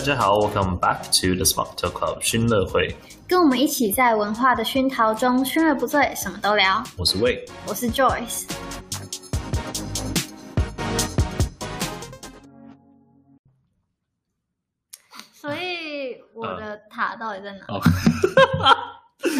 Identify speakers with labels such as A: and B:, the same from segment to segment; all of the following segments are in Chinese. A: 家好，Welcome back to the Smart Talk Club 熏乐会，
B: 跟我们一起在文化的熏陶中，熏而不醉，什么都聊。
A: 我是魏。
B: 我是 Joyce。所以我的塔到底在哪？
C: 哦，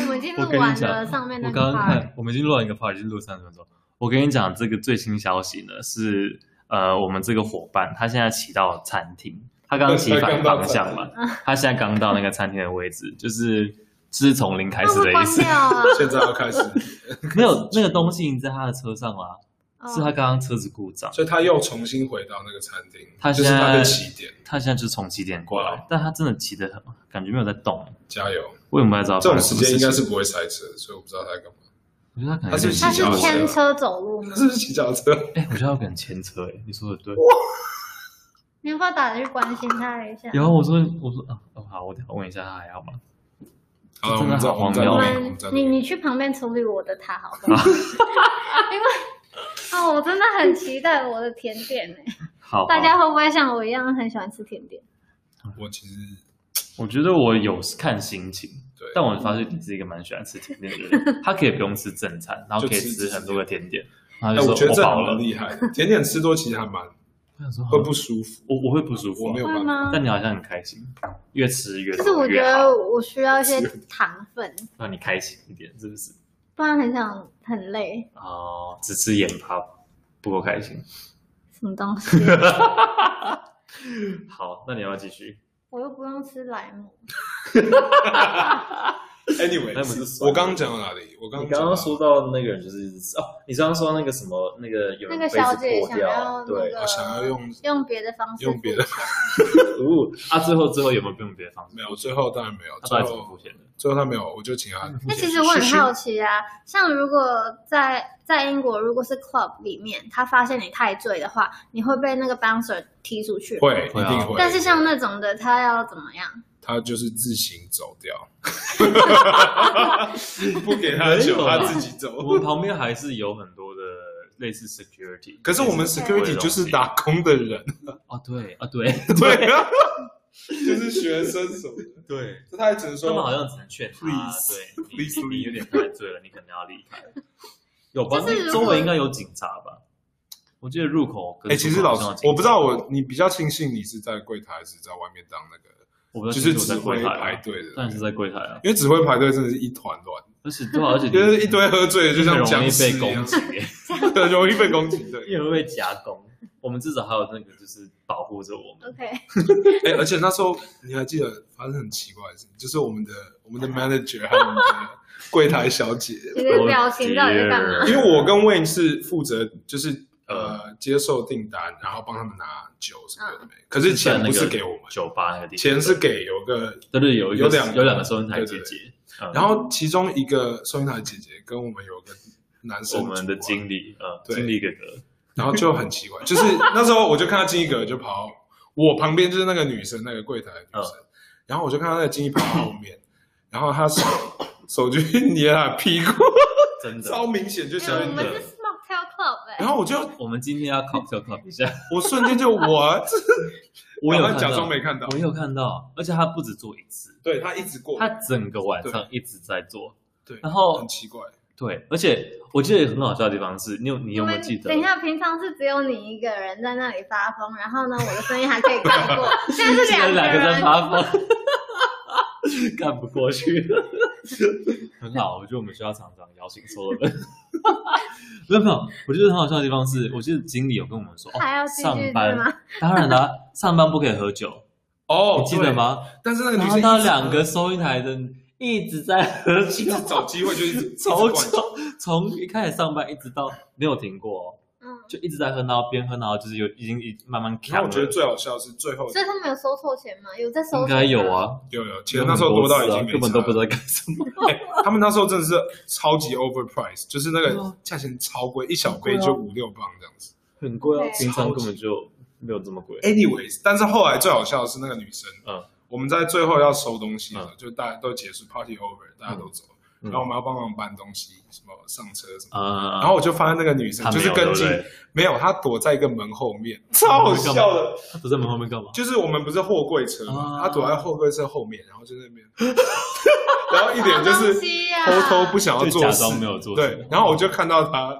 B: 我们已经
C: 我
B: 录
C: 跟
B: 完
C: 你
B: 了
C: 讲，
B: 上面那
C: 我
B: 个
C: 刚刚
B: part，
C: 看，我们已经录完一个 part，已经录三十分钟。我跟你讲，这个最新消息呢是，呃，我们这个伙伴他现在骑到餐厅，他刚刚骑反方向 嘛，他现在刚到那个餐厅的位置，就是这是从零开
B: 那
C: 始
B: 不
C: 的意
B: 关
C: 思
B: 掉，啊？
D: 现在要开始，
C: 没有那个东西已经在他的车上啦， 是他
B: 哦
C: 刚刚车子故障，
D: 所以他又重新回到那个餐厅，
C: 他
D: 就
C: 现
D: 是
C: 在
D: 他的起点。
C: 他现在就是从起点过来，但他真的骑得很，感觉没有在动，
D: 加油！
C: 我也不太知道
D: 这
C: 发
D: 种
C: 生
D: 时
C: 什么事
D: 间
C: 情。
D: 应该是不会塞车，所以我不知道他在 干嘛。
C: 我觉得他可能
D: 他是不是
B: 他
D: 骑
B: 是
D: 脚车
B: 牵车走路吗
D: 他？是不是骑脚车？
C: 哎、我觉得他有可能牵车、哎，你说的对。
B: 你要不要打去关心他一下？
C: 然后我说，我说啊，哦好，我等下问一下他还好吗？
D: 好了，我
C: 真的
D: 们再
C: 好哦
D: 我们
C: 荒谬
B: 我
D: 再录我
B: 们
D: 们再，录
B: 你你去旁边处理我的塔好不
C: 啊
B: 好？ 因为哦，我真的很期待我的甜点呢。
C: 好，啊
B: 大
C: 好
B: 家会不会像我一样很喜欢吃甜点？
D: 我其实
C: 我觉得我有看心情，
D: 对，
C: 但我发现你是一个蛮喜欢吃甜点的 人，他可以不用吃正餐，然后
D: 就
C: 可以
D: 吃
C: 吃
D: 吃
C: 很多个甜点，然后
D: 哎，
C: 就
D: 我
C: 说
D: 觉得这
C: 饱
D: 很
C: 了。
D: 厉害。 甜点吃多其实还蛮
C: 我想说
D: 会不舒服，
C: 我我会不舒服
D: 我
C: 啊
D: 没，有
B: 会
D: 办法。
B: 吗？
C: 但你好像很开心，越吃越
B: 就是我觉
C: 越
B: 得
C: 好，
B: 我需要一些糖分，
C: 让你开心一点，是不是？
B: 不然很想很累。
C: 哦，只吃盐巴不够开心。
B: 什么 东西？
C: 好，那你要不要继续？
B: 我又不用吃莱姆。
D: Anyway，
C: 那不是酸
D: 我刚刚讲到哪里？我刚
C: 你
D: 刚
C: 刚刚
D: 讲啊
C: 说到那个人就是哦，你刚刚说那个什么那个有人
B: 那
C: 杯
B: 个
C: 子
B: 小姐
C: 破
B: 想
C: 掉
B: 要那
C: 对
B: 个，
D: 我想要用
B: 用别的方式，
D: 用别的，
C: 哦啊，最后最后有没有用别的方式？
D: 没有，最后当然没有，
C: 他
D: 最
C: 到底怎么付
D: 后
C: 钱的？
D: 最后他没有，我就请他。
B: 那其实我很好奇啊，像如果在在英国，如果是 club 里面，他发现你太醉的话，你会被那个 bouncer 踢出去。。
D: 会，
C: 会
D: 一
C: 啊
D: 定会。
B: 但是像那种的，他要怎么样？
D: 他就是自行走掉， 不给他酒，他自己走。
C: 我们旁边还是有很多的类似 security，
D: 可是我们
C: 类似
D: security 就是打工的人，
C: 哦对啊 对
D: 对啊，就是学生什么的，
C: 对，
D: 他还只能
C: 他们好
D: 说
C: 像只能劝他，
D: Please，
C: 对
D: please
C: 你你有点太醉了，你可能要离开。有吧？
B: 就是
C: 那
B: 如
C: 周
B: 果
C: 围应该有警察吧？我记得入口
D: 哎、
C: 跟
D: 其
C: 出
D: 实
C: 口
D: 老
C: 好像有
D: 师，
C: 警察
D: 我不知道我你比较庆幸你是在柜台还是在外面当那个，
C: 我不知
D: 就
C: 道其
D: 是
C: 实
D: 指
C: 我在
D: 挥
C: 柜台
D: 排
C: 啊，
D: 队的
C: 但，是在柜台啊，
D: 因为指挥排队真的是一团乱，
C: 而且对啊，而 且你
D: 就是一堆喝醉的，就
C: 真的
D: 像
C: 容
D: 僵
C: 易
D: 尸
C: 被
D: 一
C: 攻
D: 样，
C: 击耶。
D: 很容易被攻击的。
C: 因为会夹攻。我们至少还有那个就是保护着我们。
B: OK，
D: 哎、而且那时候你还记得发生很奇怪的事情，就是我们的我们的 manager 还有我们的柜台小 姐，
B: 你的表情到底在干嘛？
D: 因为我跟 Wayne 是负责就是
C: 嗯
D: 呃接受订单，然后帮他们拿酒什么的没，可是钱不是给我们，
C: 酒啊吧那个地方，
D: 钱是给有个，
C: 对对有一个
D: 有两个
C: 有两个收银台姐姐，嗯
D: 然后其中一个收银台姐姐跟我们有个男生
C: 我
D: 主管，
C: 们的经理，呃，
D: 对
C: 经理哥哥，
D: 然后就很奇怪，就是那时候我就看到经理哥就跑到我旁边，就是那个女生，那个柜台的女生，然后我就看到那个经理跑到后面，然后他手手就捏他的屁股，
C: 真的
D: 超。明显就
B: 哎
D: 想
B: 我
D: 要
B: 们
D: 捏
B: 是 Smocktail Club 哎、
D: 然后我就
C: 我们今天要 cocktail club 一下，
D: 我瞬间就我
C: 我有
D: 赶
C: 看
D: 快
C: 到
D: 假装没看到
C: 我，有看到，而且他不止做一次，
D: 对他一直过，
C: 他整个晚上一直在做。
D: 对，
C: 然后
D: 很奇怪。
C: 对，而且我记得很好笑的地方是，你有你有
B: 因
C: 没
B: 为
C: 有记得？
B: 等一下，平常是只有你一个人在那里发疯，然后呢，我的声音还可以 盖过，现在是
C: 竟然两
B: 两个
C: 个在
B: 人。
C: 发疯， 干不过去。很好，我觉得我们需要常常邀请所有 人。没有没有，我觉得很好笑的地方是，我记得经理有跟我们说，哦
B: 还要，继
C: 上
B: 续是
C: 班
B: 吗？
C: 当然啦、上班不可以喝酒，
D: 哦
C: 你记得？吗？
D: 对但是那个
C: 然
D: 女
C: 后
D: 生
C: 到
D: 一直
C: 两个收银台的一直在喝
D: 一
C: 酒，
D: 直找机会就 一直
C: 从
D: 一直灌
C: 从从一开始上班一直到没有停过、哦，
B: 嗯，
C: 就一直在喝，然后边喝然后就是有已经已慢慢
D: 然
C: 卡
D: 后
C: 了。
D: 我觉得最好笑的是最后
B: 所以他们有收错钱吗？有在收？
C: 应该有。啊，
D: 有有，其实那时候多到已经没
C: 根本都不知
D: 道。
C: 道干什么。
D: 他们那时候真的是超级 overprice，就是那
C: 对
D: 个
C: 啊
D: 价钱超贵，一小杯
C: 很贵啊
D: 就五六磅这样子。
C: 很贵啊，
B: 对
C: 平常根本就没有这么贵。
D: Anyways，但是后来最好笑的是那个女生，
C: 嗯，
D: 我们在最后要收东西了，就大家都结束 party over，大家都走了，然后我们要帮忙搬东西，什么上车什么。
C: 呃，
D: 然后我就发现那个女生
C: 他
D: 就
C: 没有
D: 是跟
C: 对
D: 进
C: 不，对
D: 没有，她躲在一个门后面，超好笑的。
C: 他躲在门后面干嘛？
D: 就是我们不是货柜车嘛，
C: 啊
D: 她躲在货柜车后面，然后就在那边， 然后一点就
B: 好东
D: 是
B: 西呀
D: 偷偷不想要
C: 就
D: 做
C: 假
D: 事
C: 装，没有做事。哦
D: 对。然后我就看到她，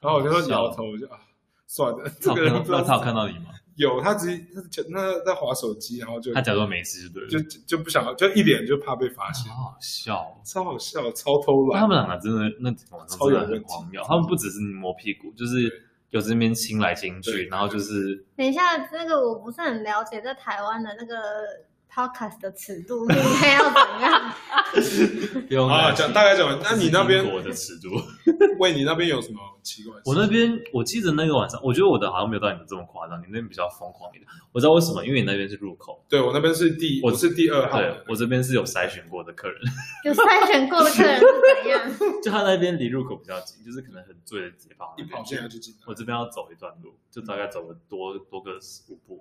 D: 然后我就说摇头，我就啊，算 了， 这
C: 他
D: 个
C: 有
D: 人
C: 看
D: 不知
C: 到
D: 道
C: 那他有看到你吗？
D: 有，他直接他那在划手机，然后就
C: 他假装没事就对了。
D: 就就就不想要，就一脸就怕被发现，
C: 好好笑哦。
D: 超好笑，超偷
C: 那
D: 懒
C: 他。们两个真的那晚上
D: 超
C: 真
D: 有
C: 的
D: 问
C: 很
D: 题
C: 荒谬，他们不只是磨屁股，就是有时那边亲来亲
D: 对
C: 去，然后就是
B: 等一下，这个我不是很了解，在台湾的那个 podcast 的尺度应该要怎样？
C: 不用
D: 啊，
C: 担心
D: 讲大概讲完，那你那
C: 这
D: 边
C: 是英国的尺度，
D: 喂，你那边有什么奇怪的 事？
C: 我那边我记得那个晚上，我觉得我的好像没有到你们这么夸张，你那边比较疯狂一点。我知道为什么，因为你那边是入口，
D: 对我那边是第
C: 我
D: 我是第二号欸的，
C: 对我这边是有筛选过的客人，
B: 有筛选过的客人是怎样？
C: 就他那边离入口比较近，就是可能很醉的结巴
D: 一
C: 那
D: 跑
C: 种
D: 进来
C: 感觉。
D: 就进来。
C: 我这边要走一段路，就大概走了多多个五步，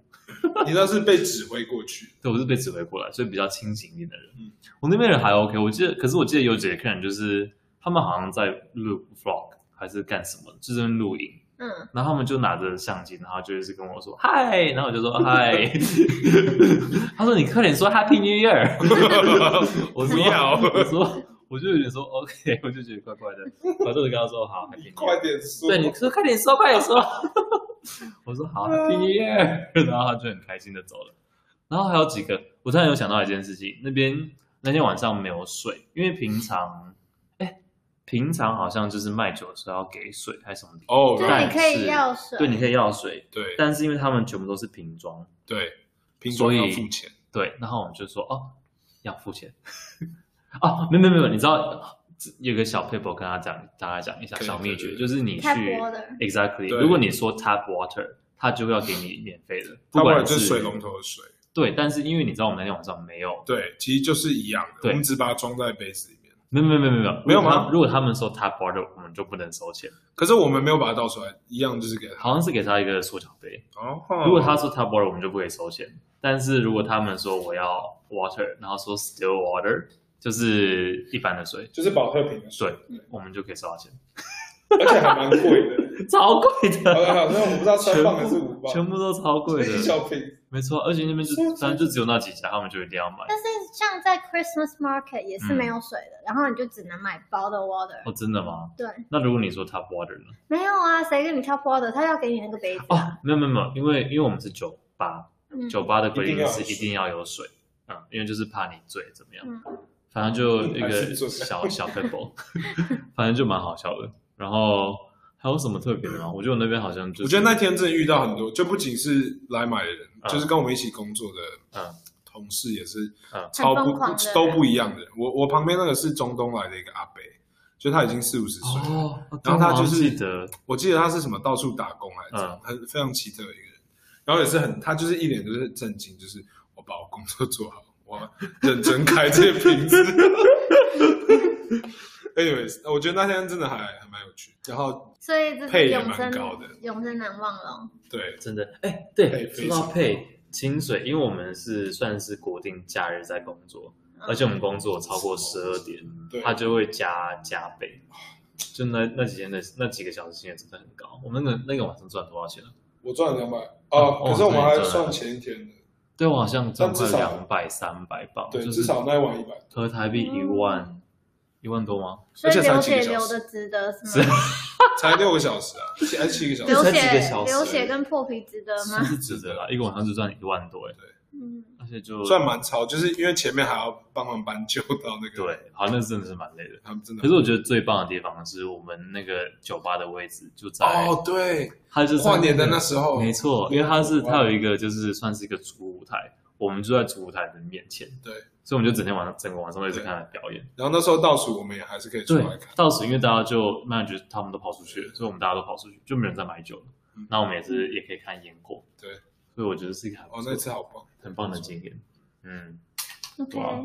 D: 你那是被指挥过 去，
C: 对，我是被指挥过来，所以比较清醒一点的人。
D: 嗯
C: 我那边人还 OK，我记得，可是我记得有几个客人就是他们好像在录 vlog 还是干什么，就是录影，
B: 嗯，
C: 然后他们就拿着相机，然后就是跟我说嗨，然后我就说嗨， 他说你快点说 Happy New Year，我说
D: 不要
C: 我说 我就有点说 OK，我就觉得怪怪的，我就跟他说好 Happy New Year，
D: 快点说。
C: 对，你说快点说，快点说。 我说好，Happy New Year，然后他就很开心的走了。然后还有几个，我突然有想到一件事情，那边那天晚上没有水，因为平常，哎，平常好像就是卖酒的时候要给水还是什么的，
D: 哦
B: 就
C: 对
B: 是
D: ，right，
B: 你可以要水，
C: 对，你可以要水，
D: 对
C: 但是因为他们全部都是瓶装，
D: 对，苹
C: 所
D: 果
C: 以
D: 要付钱，
C: 对，然后我们就说哦，要付钱，哦，没有没有没有，你知道有个小 paper 跟他讲，大概讲一下
D: 对
C: 小秘诀，
D: 对对
C: 就是你去
B: Tap water
C: exactly，
D: 对
C: 如果你说 tap water，他就要给你免费的，
D: 要
C: 不
D: 不
C: 管
D: 然
C: 是
D: 就是水龙头的水。
C: 对，但是因为你知道我们那天晚上没有，
D: 对，其实就是一样的，
C: 对
D: 我们只把它装在杯子里面。
C: 没有没有没有没有
D: 没有
C: 如
D: 吗
C: 果他如果他们说 tap water，我们就不能收钱，
D: 可是我们没有把它倒出来，一样就是给它。
C: 好像是给他一个塑胶杯。
D: 哦，
C: 如果他说 tap water，我们就不可以收钱。但是如果他们说我要 water，然后说 still water，就是一般的水，
D: 就是保特瓶的水，
C: 对，我们就可以收到钱，
D: 而且还蛮 贵的。
C: 超贵的。
D: 好了好了，那我不知道三
C: 全
D: 磅还是五
C: 部
D: 磅，
C: 全部都超贵
D: 一
C: 的，
D: 小瓶。
C: 没错，而且那边就
D: 所以我觉得
C: 反正就只有那几家，他们就一定要买。
B: 但是像在 Christmas market 也是没有水的，然后你就只能买包的 water。
C: 哦，真的吗？
B: 对，
C: 那如果你说 tap water 呢？
B: 没有啊，谁跟你挑包的？他要给你那个杯子
C: 哦，
B: 啊、
C: 没有没有没有，因为因为我们是酒吧，
B: 嗯
C: 酒吧的规定是
D: 一
C: 一定
D: 定
C: 要有水，嗯，因为就是怕你醉怎么样
B: 嗯，
C: 反正就一
D: 还
C: 个
D: 是醉
C: 小小 p e b l 反正就蛮好笑的。然后还有什么特别的吗？我觉得我那边好像就是，
D: 我觉得那天真的遇到很多，就不仅是来买的人，
C: 嗯
D: 就是跟我们一起工作的
C: 嗯
D: 同事也是
C: 嗯
D: 超
B: 很
D: 不
B: 疯狂的人
D: 都不一样的人。我我旁边那个是中东来的一个阿伯，就他已经四五十岁了，
C: 哦，
D: 然后他就是
C: 我记得
D: 我记得他是什么到处打工还是怎样，
C: 嗯
D: 很非常奇特的一个人。然后也是很，他就是一脸就是震惊，就是我把我工作做好，我认真开这些瓶子。Anyways，我觉得那天真的还还蛮有趣。然后
B: 所以这
D: 配
B: 是
D: 也
B: 永
D: 蛮
B: 生
D: 高的
B: 永生难忘了。
D: 对，
C: 真的，哎，
D: 配
C: 对，
D: 非
C: 说到
D: 常高
C: 配清水，因为我们是算是国定假日在工作，
B: 嗯
C: 而且我们工作超过十二点，
D: 嗯对
C: 它就会加加倍。就那那几天的那几个小时薪水真的很高，我们那个那个晚上赚多少钱啊？
D: 我赚了两百
C: 哦
D: 哦，可是我们还
C: 对赚了
D: 算前一天的。
C: 对我好像赚快
D: 但嗯至少
C: 两百三百磅，
D: 对，
C: 哦就
D: 至
C: 是
D: 少那一晚一百。
C: 合台币一万一万多吗？
B: 所以
D: 而且才
B: 流
D: 几个
B: 血
D: 小时
B: 流的值得是吗？
D: 才六个小时啊，七还七个小
B: 流
D: 时，
C: 才几个
B: 血
C: 小时
B: 流血跟破皮值得
C: 是
B: 吗？
C: 是值得啦，一个晚上就赚一万多哎，
B: 嗯，
C: 而且就
D: 算蛮超，就是因为前面还要帮忙搬救到那个，，
C: 对，好，那真的是蛮累的。
D: 他们真的。
C: 可是我觉得最棒的地方是我们那个酒吧的位置就在
D: 哦，对，
C: 它就是
D: 跨年的那时候，
C: 没错，因为它是
D: 哇
C: 它有一个就是算是一个主舞台，我们就在主舞台的面前，
D: 对，
C: 所以我们就整天晚上整个晚上都一直看他表演。
D: 然后那时候倒数，我们也还是可以出
C: 对
D: 来看，，
C: 到时因为大家就慢慢觉得他们都跑出去了，所以我们大家都跑出去，就没人再买酒了
D: 嗯。
C: 那我们也是也可以看烟火，
D: 对，
C: 所以我觉得是一个还不
D: 哦，
C: 错
D: 那次好棒。
C: 很棒的经验。嗯，
B: OK，
C: 哇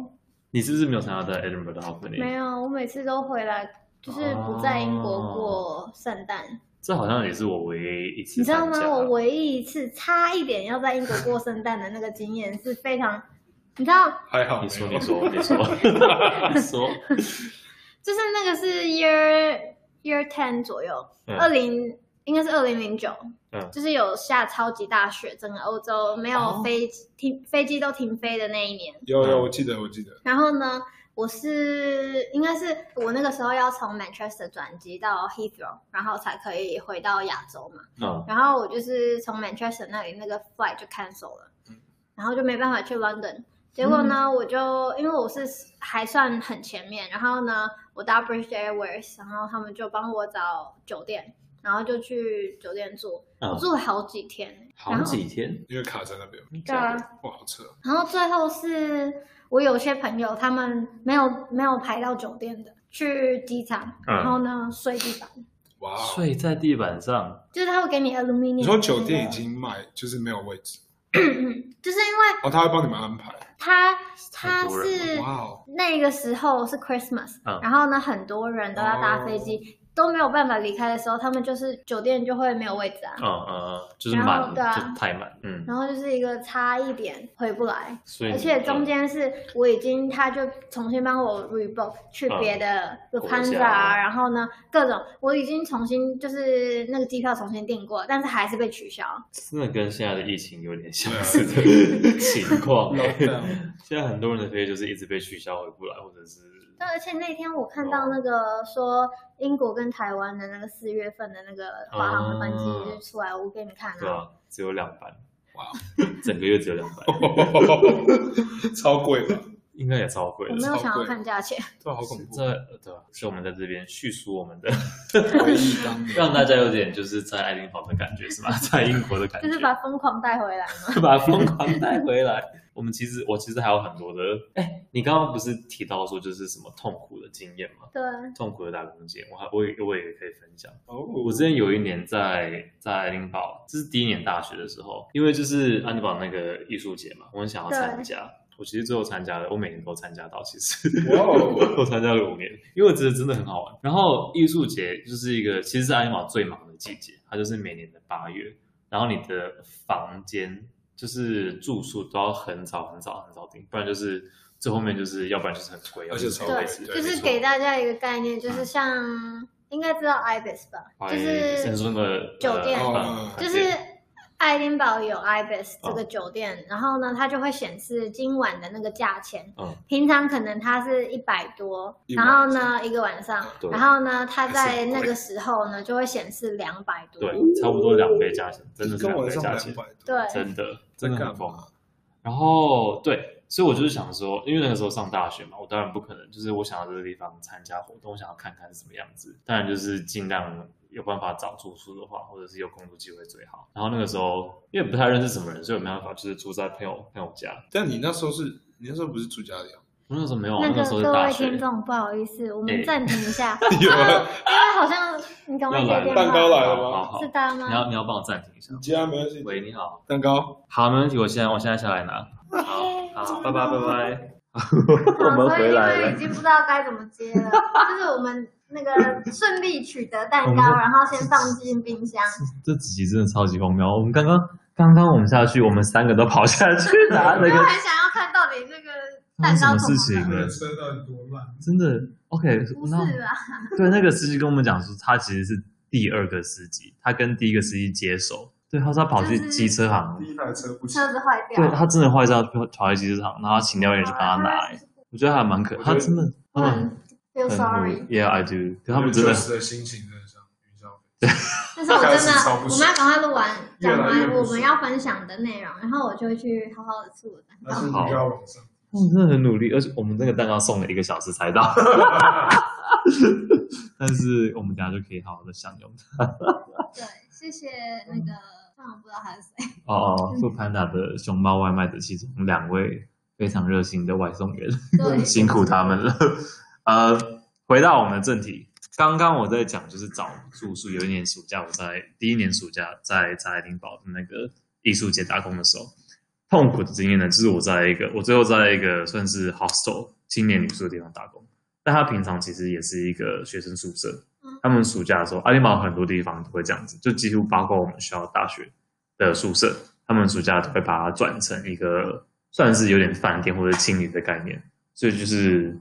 C: 你是不是没有参加到 Edinburgh 的 h a l f
B: 没
C: n
B: 有，我每次都回来，就是不在英国过圣诞。
C: 这好像也哦是我唯一一次
B: 你知道
C: 参
B: 吗？
C: 加
B: 我唯一一次差一点要在英国过圣诞的那个经验是非常，你知道，
D: 还好
C: 你
D: 没
C: 说
D: 有，
C: 你说你说你说，
B: 就是那个是 year year ten 左右，
C: 嗯
B: 二零应该是二零零九
C: 嗯，
B: 就是有下超级大雪，整个欧洲没有
C: 哦
B: 飞机停飞机都停飞的那一年。
D: 有有，
C: 嗯
D: 我记得我记得，
B: 然后呢，我是应该是我那个时候要从 Manchester 转机到 Heathrow，然后才可以回到亚洲嘛。
C: 嗯，
B: 然后我就是从 Manchester 那里那个 flight 就 cancel 了
D: 嗯，
B: 然后就没办法去 London。结果呢，我就因为我是还算很前面，然后呢，我搭 British Airways，然后他们就帮我找酒店，然后就去酒店住，
C: 嗯
D: 哦
B: 我住了好几天，欸
C: 好几天，
D: 因为卡在那边，
B: 对啊，
D: 哇，好扯，
B: 然后最后是我有些朋友他们没有没有排到酒店的，去机场，
C: 嗯
B: 然后呢睡地板，
D: 哇哦，
C: 睡在地板上，
B: 就是他会给你 aluminum，
D: 你说酒店已经卖，就是没有位置，
B: 就是因为
D: 哦，他会帮你们安排，
B: 他他
C: 太多人
B: 是
D: 哇哦，
B: 那个时候是 Christmas，、
C: 嗯哦
B: 然后呢，很多人都要搭飞机，都没有办法离开的时候，他们就是酒店就会没有位置啊，
C: 嗯嗯嗯，就是
B: 然后
C: 满，
B: 对啊
C: 就太满，嗯，
B: 然后就是一个差一点回不来，
C: 所以
B: 而且中
C: 间
B: 间是我已经他就重新帮我 rebook 去别的 l u p
C: 嗯国家
B: a n z a 啊，然后呢各种我已经重新就是那个机票重新订过，但是还是被取消。
C: 真的跟现在的疫情有点
D: 啊
C: 相似 的情况，
D: Lockdown
C: 现在很多人的飞机就是一直被取消回不来，或者是
B: 对，而且那天我看到那个说英国跟台湾的那个四月份的那个华航的班机
C: 哦
B: 就出来，我给你们看
C: 对
B: 啊。
C: 啊，只有两班，
D: 哇，哦
C: 整个月只有两 班，
D: 超贵吧？
C: 应该也超贵
B: 我
C: 的
B: 没。有
D: 超
B: 想要
D: 贵
B: 看价钱，
D: 这好恐怖，
C: 这对吧？所以我们在这边叙述我们的，
D: 回忆当年，
C: 让大家有点就是在爱丁堡的感觉是吧？在英国的感觉，
B: 就是把疯狂带回来 嘛。
C: 把疯狂带回来。我们其实我其实还有很多的，哎，你刚刚不是提到说就是什么痛苦的经验吗？
B: 对，啊
C: 痛苦的打工经验，我还我也我也可以分享。
D: 哦，
C: 我之前有一年在在爱丁堡，这是第一年大学的时候，因为就是爱丁堡那个艺术节嘛，我很想要参加。我其实最后参加了，我每年都参加到，其实。
D: 哇哦，
C: 我参加了五年，因为我觉得真的很好玩。然后艺术节就是一个，其实是爱丁堡最忙的季节，它就是每年的八月。然后你的房间就是住宿都要很早很早很早订，不然就是最后面就是要不然就是很贵，
D: 而且
C: 超
D: 超
B: 贵
C: 贵。
D: 对
B: 啊哦就
D: 没
B: 是
D: 错
B: 给大家一个概念，就是像应该知道 ibis 吧，就
C: 甚至
B: 是
C: 那个
B: 酒店
C: 呃
D: 哦
C: 饭
B: 就是爱丁堡有 ibis 这个酒店，然后呢，它就会显示今晚的那个价钱。
C: 嗯，
B: 平常可能它是一百多，
D: 一
B: 然
D: 晚上
B: 后呢一个晚上，
C: 对
B: 然后呢它在
D: 还是
B: 那
D: 贵
B: 个时候呢就会显示两百多。
D: 哦
C: 对，差不多两倍价钱，真的
D: 一
C: 是
D: 个
C: 两
D: 晚
C: 倍
D: 上
C: 价
D: 两
C: 钱，
D: 百多，
B: 对
C: 真的
D: 在
C: 真的
D: 干
C: 很
D: 嘛
C: 疯。然后对，所以我就是想说，因为那个时候上大学嘛，我当然不可能，就是我想要这个地方参加活动，我想要看看是什么样子。当然就是尽量有办法找住宿的话，或者是有工作机会最好。然后那个时候因为不太认识什么人，所以我没办法，就是住在朋友朋友家。
D: 但你那时候是，你那时候不是住家里啊？
C: 我那时候没有，哦那
B: 那个
C: 个时候是
B: 各
C: 大
B: 位
C: 学
B: 听。众，不好意思，我
C: 哎
B: 们暂停一下，
D: 有
B: 因为
D: 啊，
B: 哎好像你赶快
C: 要来
B: 接
C: 了
B: 电
D: 蛋糕
B: 话，
D: 来
C: 好
D: 了吗？
C: 好好
B: 是，他吗？
C: 你要你要帮我暂停一下
D: 你。家没关系，
C: 喂，你好。
D: 蛋糕，
C: 好，没问题，我现在我现在下来拿。
B: 哎
C: 好，好，拜拜拜拜。 我
B: 好，
C: 们
B: 所以
C: 回
B: 因
C: 来
B: 为
C: 了
B: 已。经不知道该怎么接了，就是我们那个顺利取得蛋
C: 我
B: 糕，
C: 们
B: 然后先放进冰箱。
C: 这几集真的超级荒谬。我们刚刚刚刚我们下去，我们三个都跑下去拿 那
B: 因为
C: 个，
B: 很想要看到底这个
C: 发
B: 蛋
C: 生什么
B: 糕怎么
C: 事情
B: 了
C: 了？
D: 车到底多烂？
C: 真的 OK，
B: 不
C: 那
B: 是啊，
C: 对那个司机跟我们讲说，他其实是第二个司机，他跟第一个司机接手。对，他说他跑去
B: 就是
C: 机车行，
D: 第一台车不行，
B: 车子坏掉
C: 对
B: 了，
C: 他真的坏掉，跑去机车行，然后请料理去帮他拿、欸。我觉得还蛮可，
D: 我觉
C: 他
D: 得
C: 真的
B: 嗯
C: 嗯。
B: ，feel
C: 很
B: sorry。
C: Yeah, I do。可他们真的
D: 确实的心情真的像云霄飞
B: 但是我真
D: 开始超
B: 的，
D: 不
B: 我
D: 爽
B: 们要赶快录完，
D: 越
B: 讲
D: 来越
B: 完
D: 不
B: 我们
D: 爽
B: 要分享的内容，然后我就会去好好的吃我的蛋
D: 但
B: 糕
D: 是。
C: 好
D: 你就要往上。
C: 他们真的很努力，而且我们那个蛋糕送了一个小时才 到，但是我们等一下就可以好好的享用。
B: 对，谢谢那个，
C: 嗯
B: 但我不知道他是谁。
C: 哦哦，富潘达的熊猫外卖的其中两位非常热心的外送员，
B: 对，
C: 辛苦他们了。呃，回到我们的正题，刚刚我在讲就是找住宿，有一年暑假我在第一年暑假在在爱丁堡的那个艺术节打工的时候，痛苦的经验呢，就是我在一个我最后在一个算是 hostel 青年旅宿的地方打工，但他平常其实也是一个学生宿舍
B: 嗯。
C: 他们暑假的时候，爱丁堡很多地方都会这样子，就几乎包括我们学校大学的宿舍，他们暑假都会把它转成一个算是有点饭店或者青旅的概念。所以就是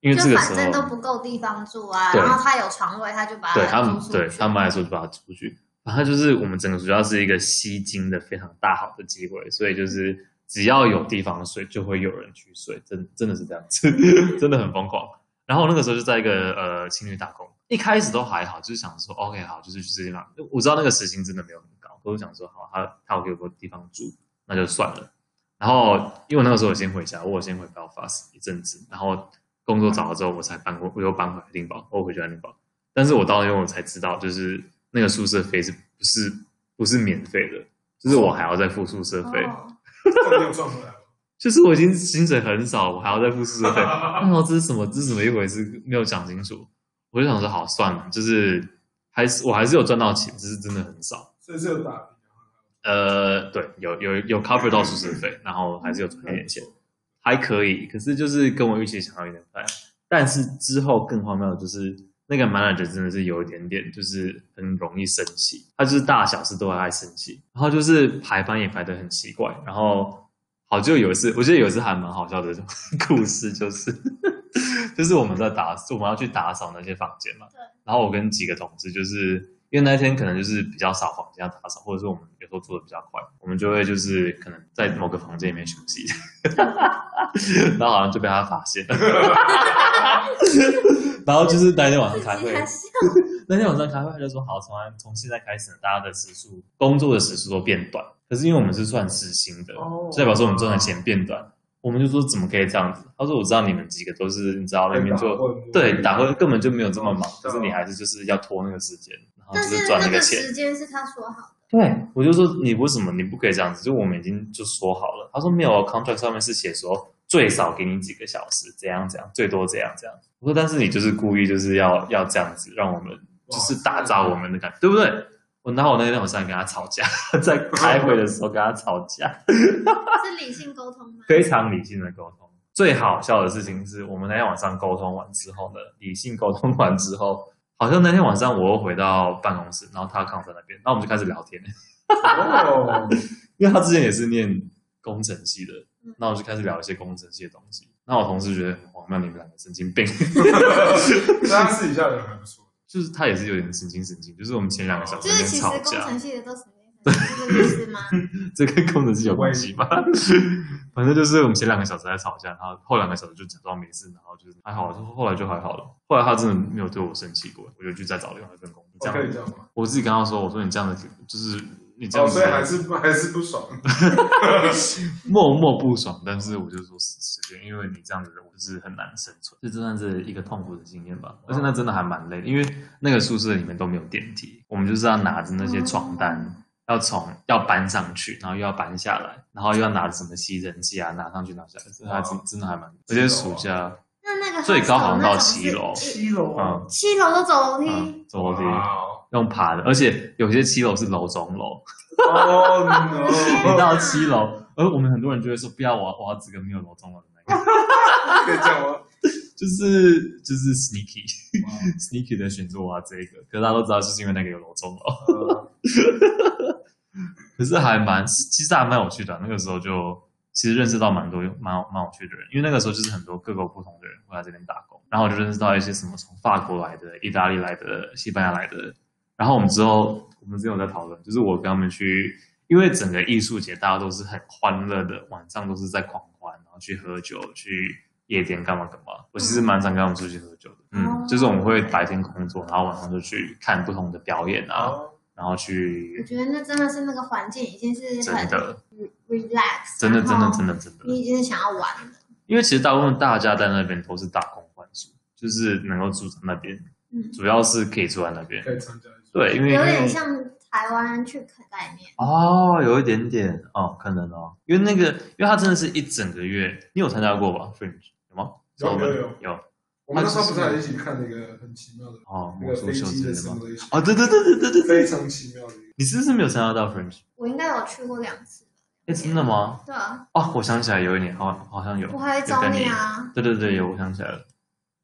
C: 因为这
E: 就
C: 个
E: 反
C: 时
E: 正都
C: 候，
E: 不够地方住啊，
C: 对
E: 然后他有床位，他就把它
C: 对他们
E: 租出去
C: 对他们来说就把它租出去，然后就是我们整个学校是一个吸金的非常大好的机会，所以就是只要有地方睡，就会有人去睡，真真的是这样子， 真的很疯狂。然后我那个时候就在一个呃情侣打工，一开始都还好，就是想说 OK 好，就是去这地方，我知道那个时薪真的没有很高，可是我想说好，他他有给我个地方住，那就算了。然后因为我那个时候我先回家，我有先回 Belfast 一阵子，然后工作找到之后，我才搬过，我又搬回丁堡，我回去安丁堡。但是我到那边我才知道，就是那个宿舍费是不是不是免费的，就是我还要再付宿舍费。
E: 哦
D: 重点重点，
C: 就是我已经薪水很少，我还要再付宿舍费，然后这是什么？这是怎么一回事？没有讲清楚。我就想说，好算了，就是还是我还是有赚到钱，只是真的很少。
D: 这是有打平。
C: 呃，对，有有有 cover 到宿舍费，然后还是有赚一点钱，还可以。可是就是跟我预期想要有点快，但是之后更荒谬的就是那个 manager 真的是有一点点，就是很容易生气，他就是大小事都很爱生气，然后就是排班也排得很奇怪，然后好就有一次，我记得有一次还蛮好笑的 故事，就是 就是我们在打，我们要去打扫那些房间嘛，然后我跟几个同事就是因为那天可能就是比较少房间要打扫，或者是我们有时候做的比较快，我们就会就是可能在某个房间里面休息， 然后好像就被他发现了。 然后就是那天晚上开会，那天晚上开会他就说好，从来从现在开始，大家的时数、工作的时数都变短。可是因为我们是算时薪的，
D: 哦
C: 就代表说我们赚的钱变短。我们就说怎么可以这样子？他说我知道你们几个都是你知道明明
D: 打
C: 就
D: 混
C: 对打混根本就没有这么忙，
D: 知
C: 可
D: 道
C: 是你还是就是要拖那个时间，然后就
E: 但是
C: 赚
E: 那
C: 个
E: 个
C: 钱。
E: 时间是他说 好
C: 对，我就说你为什么你不可以这样子？就我们已经就说好了。他说没有，contract 啊上面是写说最少给你几个小时，怎样怎样，最多怎样怎样。我说但是你就是故意就是要 要这样子，让我们就是打造我们的感觉，对不对？我拿我那天晚上跟他吵架， 在开会的时候跟他吵架，
E: 的，是理性沟通吗？
C: 非常理性的沟通。最好笑的事情是我们那天晚上沟通完之后呢，理性沟通完之后，好像那天晚上我又回到办公室，然后他刚好在那边，然后我们就开始聊天。
D: 哦，
C: 因为他之前也是念工程系的
E: 嗯，
C: 那我就开始聊一些工程系的东西。那我同事觉得很荒谬，你们两个神经病，
D: 大家试一下人还不错。
C: 就是他也是有点神经神经，就是我们前两个小时
E: 就
C: 在
E: 是
C: 那边
E: 其实
C: 吵
E: 工
C: 架
E: 程，系的都是这个意思吗？
C: 这跟工程系有关系吗？ 反正就是我们前两个小时在吵架，然后后两个小时就假装没事，然后就是还好，就后来就还好了。后来他真的没有对我生气过，我就去再找另外一份工作。这
D: 我可以
C: 样，
D: 这样吗？
C: 我自己跟他说，我说你这样子就是你这
D: 哦，
C: 样子
D: 所以还是还是不爽。
C: 默默不爽，但是我就说时间，因为你这样子，我就是很难生存，这真的是一个痛苦的经验吧。而且那真的还蛮累的，因为那个宿舍里面都没有电梯，我们就是要拿着那些床单，要从要搬上去，然后又要搬下来，然后又要拿着什么吸尘器啊，拿上去拿下来，这还真真的还蛮。而且暑假，
E: 那那个
C: 最高好像到
E: hostel 那种是
C: 七楼
D: 七楼啊
C: 嗯
E: 七楼都走楼梯，
C: 嗯，走楼梯
D: 哇
C: 用爬的，而且有些七楼是楼中楼，
D: 哦
C: 你
D: no！
C: 到七楼，而我们很多人就会说不要，我要我要这个没有楼中楼的那个。
D: 可以这样吗？
C: 就是就是 sneaky sneaky 的选择我要这一个，可是大家都知道，就是因为那个有楼中楼，
D: 呃
C: 可是还蛮其实还蛮有趣的啊、那个时候就其实认识到蛮多蛮有蛮有趣的人，因为那个时候就是很多各个不同的人会来这边打工，然后我就认识到一些什么从法国来的、意大利来的、西班牙来的，然后我们之后我们之前有在讨论，就是我跟他们去。因为整个艺术节大家都是很欢乐的，晚上都是在狂欢，然后去喝酒、去夜店干嘛干嘛。我其实蛮常跟他们出去喝酒的，嗯，就是我们会白天工作，然后晚上就去看不同的表演
D: 哦
C: 啊，然后
E: 我
C: 去
E: 觉得那真的是那个环境已经是
C: 真
E: 很
C: 的
E: relax，
C: 真的真的真
E: 的，
C: 的真的，
E: 你已经是想要玩了，
C: 因为其实大部分大家在那边都是打工换宿，就是能够住在那边，
E: 嗯
C: 主要是可以住在那边。
D: 可以参加一下。
C: 对，因为
E: 有点像台湾去啃概念，
C: 哦，有一点点哦，可能哦，因为那个，因为它真的是一整个月，你有参加过吧？Fringe 有吗？
D: 有有有
C: 有
D: 我们那时候不是还一起看那个很奇妙的
C: 哦，
D: 那
C: 魔
D: 个
C: 术
D: 飞
C: 秀
D: 机
C: 之
D: 的
C: 类的吗？
D: simulation，
C: 哦，对对对对对对，
D: 非常奇妙的一个。
C: 你是不是没有参加到 Fringe？
E: 我应该有去过两次，
C: 哎，真的吗？
E: 对啊，
C: 哦，我想起来有一年，好好像有，
E: 我还
C: 有
E: 找
C: 跟
E: 你啊，
C: 对对对，有，我想起来了，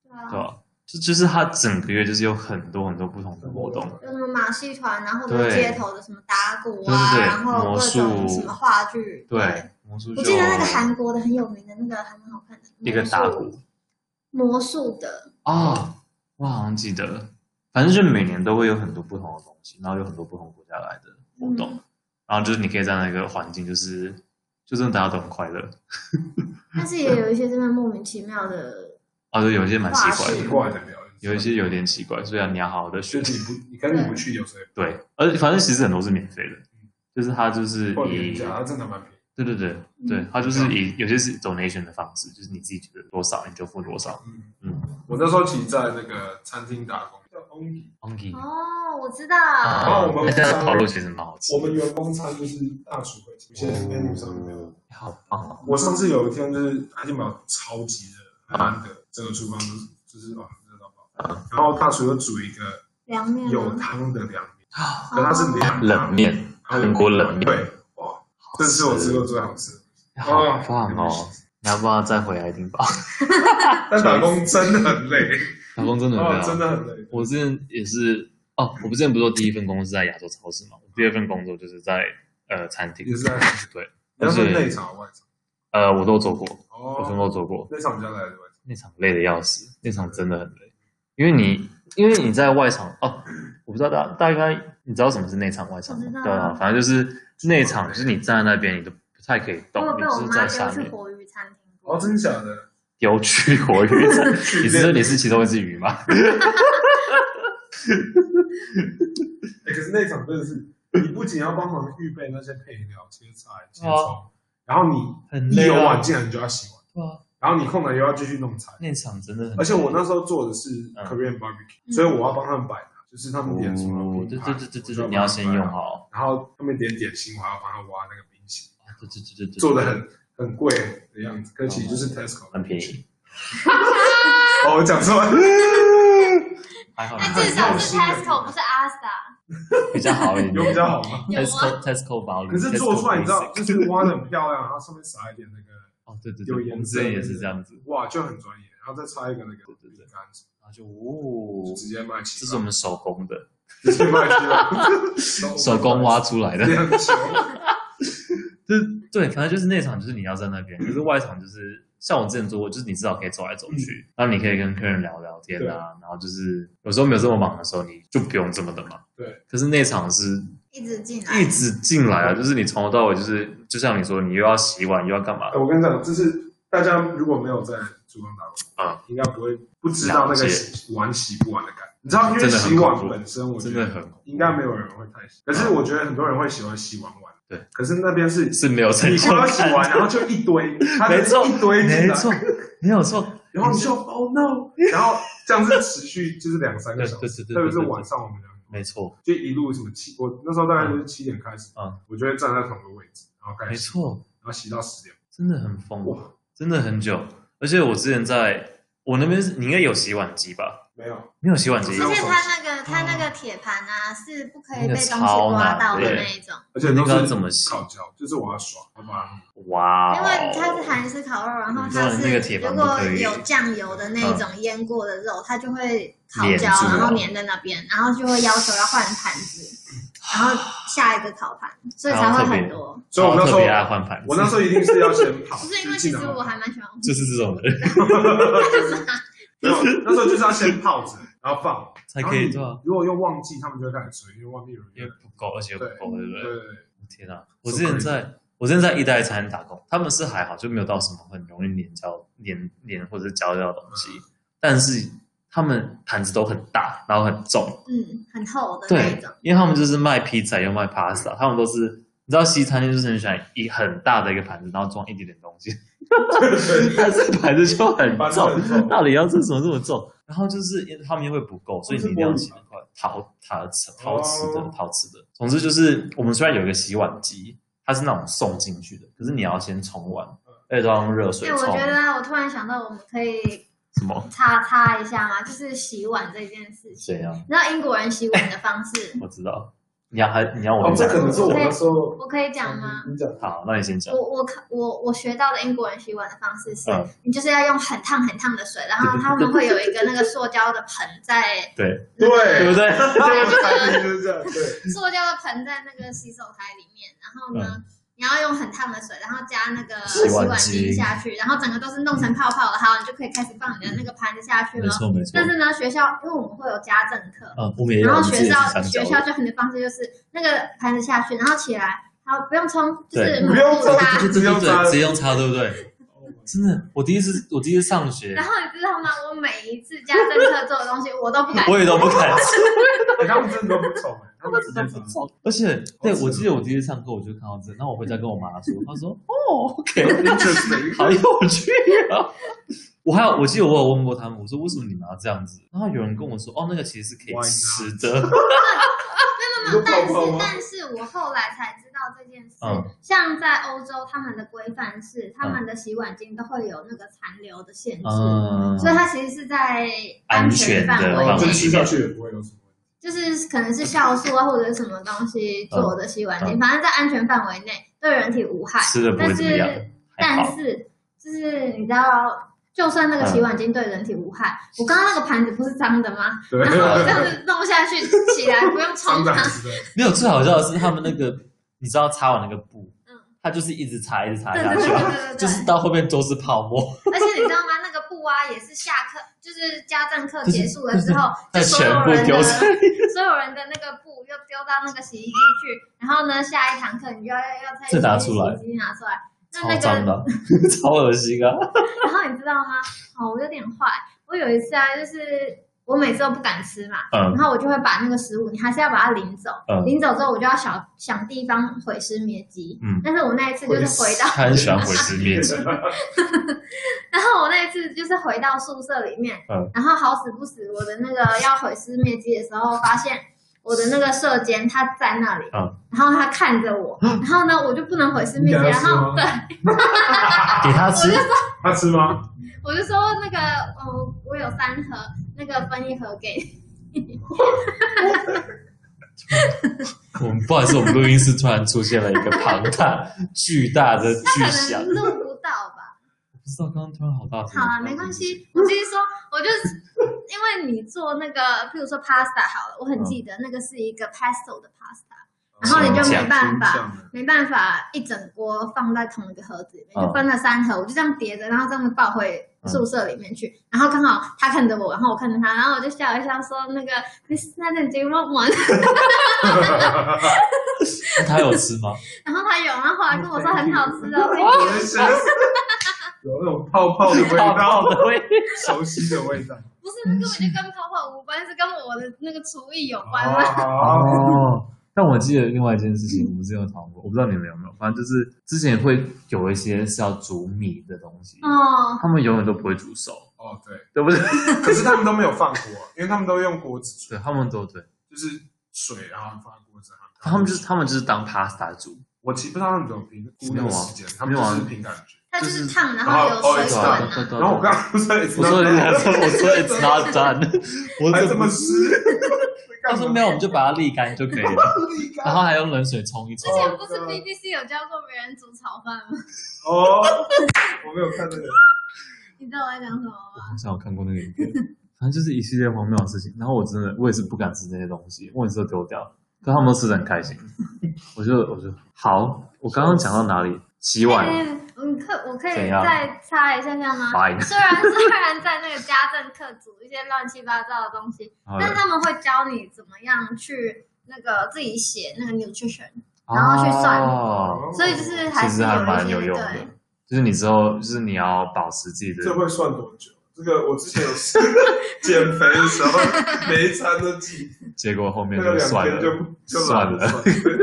E: 对
C: 对
E: 啊，
C: 吧？就就是它整个月就是有很多很多不同的活动，
E: 有什么马戏团，然后或者
C: 对
E: 街头的什么打鼓
C: 对对
E: 啊，
C: 对
E: 然后各
C: 魔
E: 种
C: 术
E: 什么话剧，
C: 对，魔术
E: 我
C: 秀，
E: 记得那个韩国的很有名的那个还蛮好看的，
C: 一个
E: 魔术
C: 打鼓，
B: 魔术的，
C: 啊，我好像记得，反正就是每年都会有很多不同的东西，然后有很多不同国家来的活动，
E: 嗯
C: 然后就是你可以在那个环境，就是就真的大家都很快乐，嗯
B: 但是也有一些真的莫名其妙的，
C: 啊，对，有一些蛮奇怪
B: 哇
D: 奇
B: 是
C: 的，
D: 怪的表演，
C: 有一些有点奇怪，所以你要好好的
D: 就
C: 学
D: 你
C: 习。
D: 不，你跟你不去有谁
C: 对，而且反正其实很多是免费的，就是它就是
D: 或者
C: 以
D: 你讲，它真的蛮便宜。
C: 对对对
E: 嗯
C: 对，它就是以有些是 donation 的方式，就是你自己觉得多少你就付多少。
D: 嗯，
C: 嗯
D: 我那时候其实在那个餐厅打工，叫 Ongi，
C: ，Ongi，
B: 哦，我知道，
C: 啊
D: 后啊我们
C: 那家烤肉其实蛮好吃
D: 我，们员工餐就是大厨会请，现在现在女生哦没有。
C: 好棒哦！
D: 我上次有一天就是阿金堡超级热，很难得，整个厨房就是就是哇热到爆。然后大厨又煮一个
B: 凉面
D: 有
B: 吗哦
D: 汤的凉面，可它是凉汤
C: 冷，面，
D: 它是
C: 韩国冷面
D: 对，哇，这是我吃过最好吃的。
C: 好棒哦！你要不要再回来一听 吧？
D: 但打工真的很累，
C: 打工真的很累
D: 哦
C: 啊，
D: 真的很累。
C: 我之前也是哦，我不之前不是说第一份工作是在亚洲超市嘛，我第二份工作就是在呃餐厅
D: 也，是啊在
C: 对，
D: 你要是
C: 而且
D: 内场外场
C: 呃我都做过，我全部都
D: 哦，
C: 做过，
D: 内场比较累，对吧？
C: 那场累的要死，那场真的很累，因为你因为你在外场哦，我不知道大大家应该你知道什么是内场外场
B: 我知
C: 吗？
B: 道啊
C: 对啊，反正就是内场就是你站在那边你都不太可以
B: 我
C: 动
B: 有，
C: 你
B: 被
C: 就
B: 我
C: 是
B: 妈
C: 在下
B: 丢去
C: 面
B: 活鱼餐厅过
D: 哦，，真的假的？
C: 丢去活鱼， 你是说你是其中一只鱼吗？
D: 欸可是那场真的是，你不仅要帮忙预备那些配料、切菜、切
C: 对啊
D: 葱，然后你
C: 很
D: 一
C: 累
D: 有
C: 啊
D: 碗进来你就要洗碗，
C: 对啊，
D: 然后你空了又要继续弄菜，
C: 那场真的很累，
D: 而且我那时候做的是
C: 嗯
D: Korean barbecue，所以我要帮他们摆，就是他们点什么
C: 哦
D: 品
C: 对
D: 牌，
C: 对对对
D: 我
C: 对
D: 就
C: 对，
D: 要
C: 你要
D: 帮他
C: 先
D: 们摆
C: 用，哦好，
D: 然后他们点点心，我还要帮他挖那个冰淇淋，
C: 啊对对对对对，
D: 做的很很贵的样子，可其实就是 Tesco
C: 很便。宜，
D: 哦，我讲错了，
C: 还好
B: 但至少是
D: 很
C: 哦
B: Tesco
D: 好吃
B: 不是 Asta，
C: 比较好一点，
D: 有比较好吗？
B: 有啊
C: Tesco Tesco 保留，
D: 可是做出来你知
C: 嗯 Tesco
D: 道，
C: basic
D: 就是挖的很漂亮，然后上面撒一点那个。
C: 哦，对对
D: 有
C: 对，
D: 颜
C: 我们之
D: 色
C: 前
D: 的
C: 也
D: 那
C: 是
D: 个
C: 这样子，
D: 哇，就很专业，然后再插一个那个
C: 对对
D: 饼干，
C: 然后就哦
D: 就，直接卖
C: 这
D: 七百，
C: 是我们手工的，
D: 直接卖七百，
C: 手 工挖出来的
D: 这，样 球，
C: 就是对，反正就是内场就是你要在那边，可是外场就是像我之前做过，就是你至少可以走来走
D: 嗯
C: 去，然后你可以跟客人聊聊天啊，然后就是有时候没有这么忙的时候，你就不用这么的忙。
D: 对，
C: 可是内场是
B: 一直进来，
C: 一直进来啊，
D: 嗯
C: 就是你从头到尾就是，就像你说，你又要洗碗又要干嘛，
D: 哎我跟你讲，就是大家如果没有在厨房打工，
C: 啊，
D: 应该不会不知道那
C: 了
D: 个
C: 解
D: 洗碗洗不完的感觉，你知道，因为
C: 真的很
D: 洗碗
C: 恐怖
D: 本身，我觉
C: 真的
D: 得
C: 很
D: 应该没有人会太喜，可是我觉得很多人会喜欢洗碗碗，
C: 对，
D: 可是那边 是
C: 是没有成
D: 你
C: 就
D: 光要洗
C: 感。
D: 完，然后就一堆，它
C: 没
D: 就是
C: 错，
D: 一堆进
C: 没
D: 来，
C: 错，没有错。
D: 然后你就 oh no，然后这样是持续就是两三个
C: 对
D: 小
C: 对
D: 时，
C: 对对，
D: 特别是
C: 对对
D: 晚上我们两个。
C: 没错，
D: 就一路什么七，我那时候大概就是七点开始，
C: 嗯嗯
D: 我就会站在同一个位置，然后开
C: 没
D: 始洗，
C: 错，
D: 然后洗到十点，
C: 真的很疯，
D: 哇，
C: 真的很久。而且我之前在我那边是，你应该有洗碗机吧？
D: 没有，
C: 没有洗碗机
D: 不，
B: 而
D: 是
B: 且它那个它那个铁盘啊，是不可以被东西
C: 那个超
B: 刮
C: 难
B: 到的
D: 对
B: 那一种，
D: 而且都
C: 那个
D: 是
C: 要怎么洗
D: 烤焦，就是我要刷，好吧，
C: 哇哦！嗯
B: 因为它是韩式烤肉，然后它
C: 你说的那个
B: 是
C: 铁
B: 如
C: 盘不
B: 果
C: 可以
B: 有酱油的那一种腌过的肉，它就会烤
C: 黏
B: 焦，
C: 住
B: 然后
C: 了
B: 粘在那边，然后就会要求要换盘子，然后下一个烤盘，所以
C: 然
B: 才
C: 后
B: 会
C: 特别
B: 很多。
D: 所以我那时
C: 特
D: 候
C: 别爱啊换盘子，
D: 我那时候一定是要先 跑，
B: 不是因
D: 就
B: 为其
D: 进
B: 实
D: 来
B: 我还蛮喜欢，
C: 就是这 种人
D: 没有那时候就是要先泡着，然后 放，
C: 才可以
D: 然后
C: 做啊
D: 你。如果又忘记，他们就会开始追，因为忘记有
C: 因为
D: 人，
C: 不够，而且又不够，对不
D: 对
C: 对？
D: 对对，
C: 天啊！我之前在我之前在一代餐打工，他们是还好，就没有到什么很容易粘胶、粘粘或者是胶掉的东西，但是他们盘子都很大，然后很重，
B: 嗯，很厚的那一
C: 对
B: 种，，
C: 因为他们就是卖披萨又卖 pasta，他们都是。你知道西餐就是很喜欢一很大的一个盘子，然后装一点点东西， 但是盘子就很
D: 反正
C: 重，
D: 很重
C: 到底要吃什么这么重？然后就是因为他们又会不够，所以你一定要洗一块陶陶瓷陶瓷的
D: 哦
C: 陶瓷的。总之就是，我们虽然有一个洗碗机，它是那种送进去的，可是你要先冲完，
D: 嗯
C: 而且都要用热水
B: 对，我
C: 冲。
B: 觉得我突然想到，我们可以
C: 什么？
B: 擦擦一下嘛，就是洗碗这件事情。
C: 谁啊？
B: 你知道英国人洗碗的方式，
C: 我知道。你要还你要我
D: 哦，这
C: 讲？
D: 可能是我那时候
B: 我可以讲吗？
D: 你讲，
C: 好，那你先讲
B: 我。我看我我学到的英国人洗碗的方式是，
C: 嗯
B: 你就是要用很烫很烫的水，然后他们会有一个那个塑胶的盆 在，
C: 对
D: 对
C: 对不对？
D: 这个餐厅就是这样，对，
B: 塑胶的盆在那个洗手台里面，然后呢，你要用很烫的水，然后加那个
C: 嗯洗
B: 洗
C: 碗
B: 碗
C: 精
B: 精下去，然后整个都是弄成泡泡了，好，你就可以开始放你的那个盘子下去
C: 没
B: 了。
C: 错没错
B: 但。是呢，学校因为我们会有家政课，
C: 啊，我们也有
B: 然
C: 我
B: 后
C: 们自
B: 学
C: 己的
B: 校
C: 香
B: 学
C: 蕉
B: 校教你的方式就是那个盘子下去，然后起来，好不用冲，就
C: 对
B: 是抹
D: 不用
B: 布
D: 冲
B: 擦，
C: 对对对
D: 直接用
C: 对
D: 插
C: 对，直接用插，对不对？真的，我第一次我第一次上学
B: 然，后你知道吗？我每一次家政课做的东西，我都不敢。
C: 我也都不敢吃。
D: 欸他们真的都不丑，他们直接丑。
C: 而且，对
D: 好吃
C: 我记得我第一次上课我就看到这，然后我回家跟我妈说，她说哦，OK，
D: Interesting
C: 好有趣啊。 我还有，我记得我有问过他们，我说为什么你们要这样子？然后有人跟我说，哦，那个其实是可
D: Why
C: 以
D: not？
C: 吃 的。
B: 没有，但
D: 你
B: 是
D: 都泡泡吗
B: 但是我后来才知道这件事。
C: 嗯
B: 像在欧洲，他们的规范是他们的洗碗巾都会有那个残留的限制，
C: 嗯，
B: 所以它其实是在全范
C: 安全的
B: 围
C: 范
D: 就
C: 围
B: 内。
D: 哦吃下去也不会有什么。
B: 就是可能是酵素啊，或者是什么东西做的洗碗
C: 嗯
B: 巾，反正在安全范围内对人体无害。
C: 吃的不会
B: 但
C: 怎么样
B: 是，
C: 还
B: 但
C: 好。嗯
B: 是就是你知道，就算那个洗碗巾对人体无害，我刚刚那个盘子不是脏的吗？
D: 对，
B: 然后我哦这样 子弄下去，起来不用冲
D: 长长
B: 它。
D: 子的，
C: 没有，最好笑的是他们那个，你知道擦完那个布
B: 嗯，
C: 它就是一直擦，一直擦
B: 对
C: 下
B: 对对
C: 去啊，
B: 对对，
C: 就是到后面都是泡沫，
B: 而且你知道吗？那个布啊，也是下课，就是家政课结束了之后，就
C: 它
B: 所
C: 全
B: 有
C: 部
B: 人
C: 丢
B: 的
C: 在
B: 所有人的那个布又丢到那个洗衣机去，然后呢，下一堂课你就要要要再
C: 再拿出来
B: 洗衣机拿出来。那
C: 超
B: 那个
C: 脏的， 超恶心 啊！
B: 然后你知道吗？哦，我有点坏。我有一次啊，就是我每次都不敢吃嘛，
C: 嗯
B: 然后我就会把那个食物，你还是要把它领走。
C: 嗯
B: 领走之后，我就要想想地方毁尸灭迹。
C: 嗯
B: 但是我那一次就是回到，
C: 他很喜欢毁尸灭 迹，
B: 然后我那一次就是回到宿舍里面，
C: 嗯
B: 然后好死不死，我的那个要毁尸灭迹的时候，发现我的那个舍监他在那里，
C: 嗯啊
B: 然后他看着我，然后呢，我就不能毁尸灭迹，然
D: 你敢吃
B: 后
D: 吗
B: 对，
C: 给他吃
B: 我就
D: 他吃吗？
B: 我就说那个，哦，我有三盒，那个分一盒给你。
C: 我们不好意思，我们录音室突然出现了一个庞大、巨 大的
B: 他
C: 巨
B: 可
C: 响
B: 能，录不到 吧？
C: 不知道刚刚突然好大声。
B: 好
D: 啊
B: 啦，没关。系。我就是说，我就是因为你做那个，譬如说 pasta 好了，我
C: 嗯
B: 很记得那个是一个 pesto 的 pasta，然
C: 哦
B: 后你就没办
D: 这
B: 法，
D: 样的
B: 没办法一整锅放在同一个盒子里面，
C: 嗯
B: 就分了三盒，我就这样叠着，然后这样子抱回宿舍里面去。然后刚好他看着我，然后我看着他，然后我就笑一笑说：“那个你是那点金梦吗？”
C: 那他有吃吗？
B: 然后他有，然后后来跟我说很好吃哦，我
C: 嗯
D: 我的神有那种泡泡的 味道，
C: 的味。
D: 熟悉的味道。
B: 不是，那根本就跟泡泡无关，是跟我的那个厨艺有关吗？
D: 哦，
C: 哦。但我记得另外一件事情，我们之前有讨论过，我不知道你们有没有，反正就是之前会有一些是要煮米的东西，
D: 嗯
B: 哦，
C: 他们永远都不会煮熟，
D: 哦对，
C: 对不对？
D: 可是他们都没有放锅，因为他们都用锅子煮，
C: 对，他们都对，
D: 就是水然后放锅子，然后
C: 他们就是他们就是当 pasta 煮，
D: 我其不知道他们怎么评估那个时间，他们就是凭感觉。
B: 它就是烫，然
D: 然后
B: 后有
C: 对
B: 水滚
C: 啊
D: 哦
B: 啊。
C: 对
D: 然后我刚刚不是说 it's
C: 我说
D: not
C: 我说我说 it's not done，我
D: 还这
C: 怎
D: 么湿，
C: 他说没有，我们就把它沥干就可以了，然后还用冷水冲一
B: 之
C: 冲。
B: 前不是 BBC 有教过别人煮炒饭吗？
D: 哦，我没有看这个。
B: 你知道我在讲什么吗？
C: 好像有看过那个影 片，反正就是一系列荒谬的事情。然后我真的我也是不敢吃那些东西，我也是都丢掉，可他们都吃的很开 心。我就我就好，我刚刚讲到哪里？洗碗
B: 哎嗯，可我可以
C: 怎样
B: 再插一下下吗？
C: ，fine。
B: 虽然虽然在那个家政课煮一些乱七八糟的东西，
C: 嗯
B: 但他们会教你怎么样去那个自己写那个 nutrition，然后去算
C: 哦，
B: 所以就是还
C: 其
B: 是
C: 实还蛮
B: 有
C: 有
B: 一些
C: 用
B: 对嗯
C: 的。。就是你之后，就是你要保持自己的
D: 这会算多久？这个我之前有试减肥的时候，每一餐都记，
C: 结果，后面
D: 那
C: 就
D: 两
C: 算
D: 天就
C: 了，
D: 就
C: 算了
D: 懒得算了，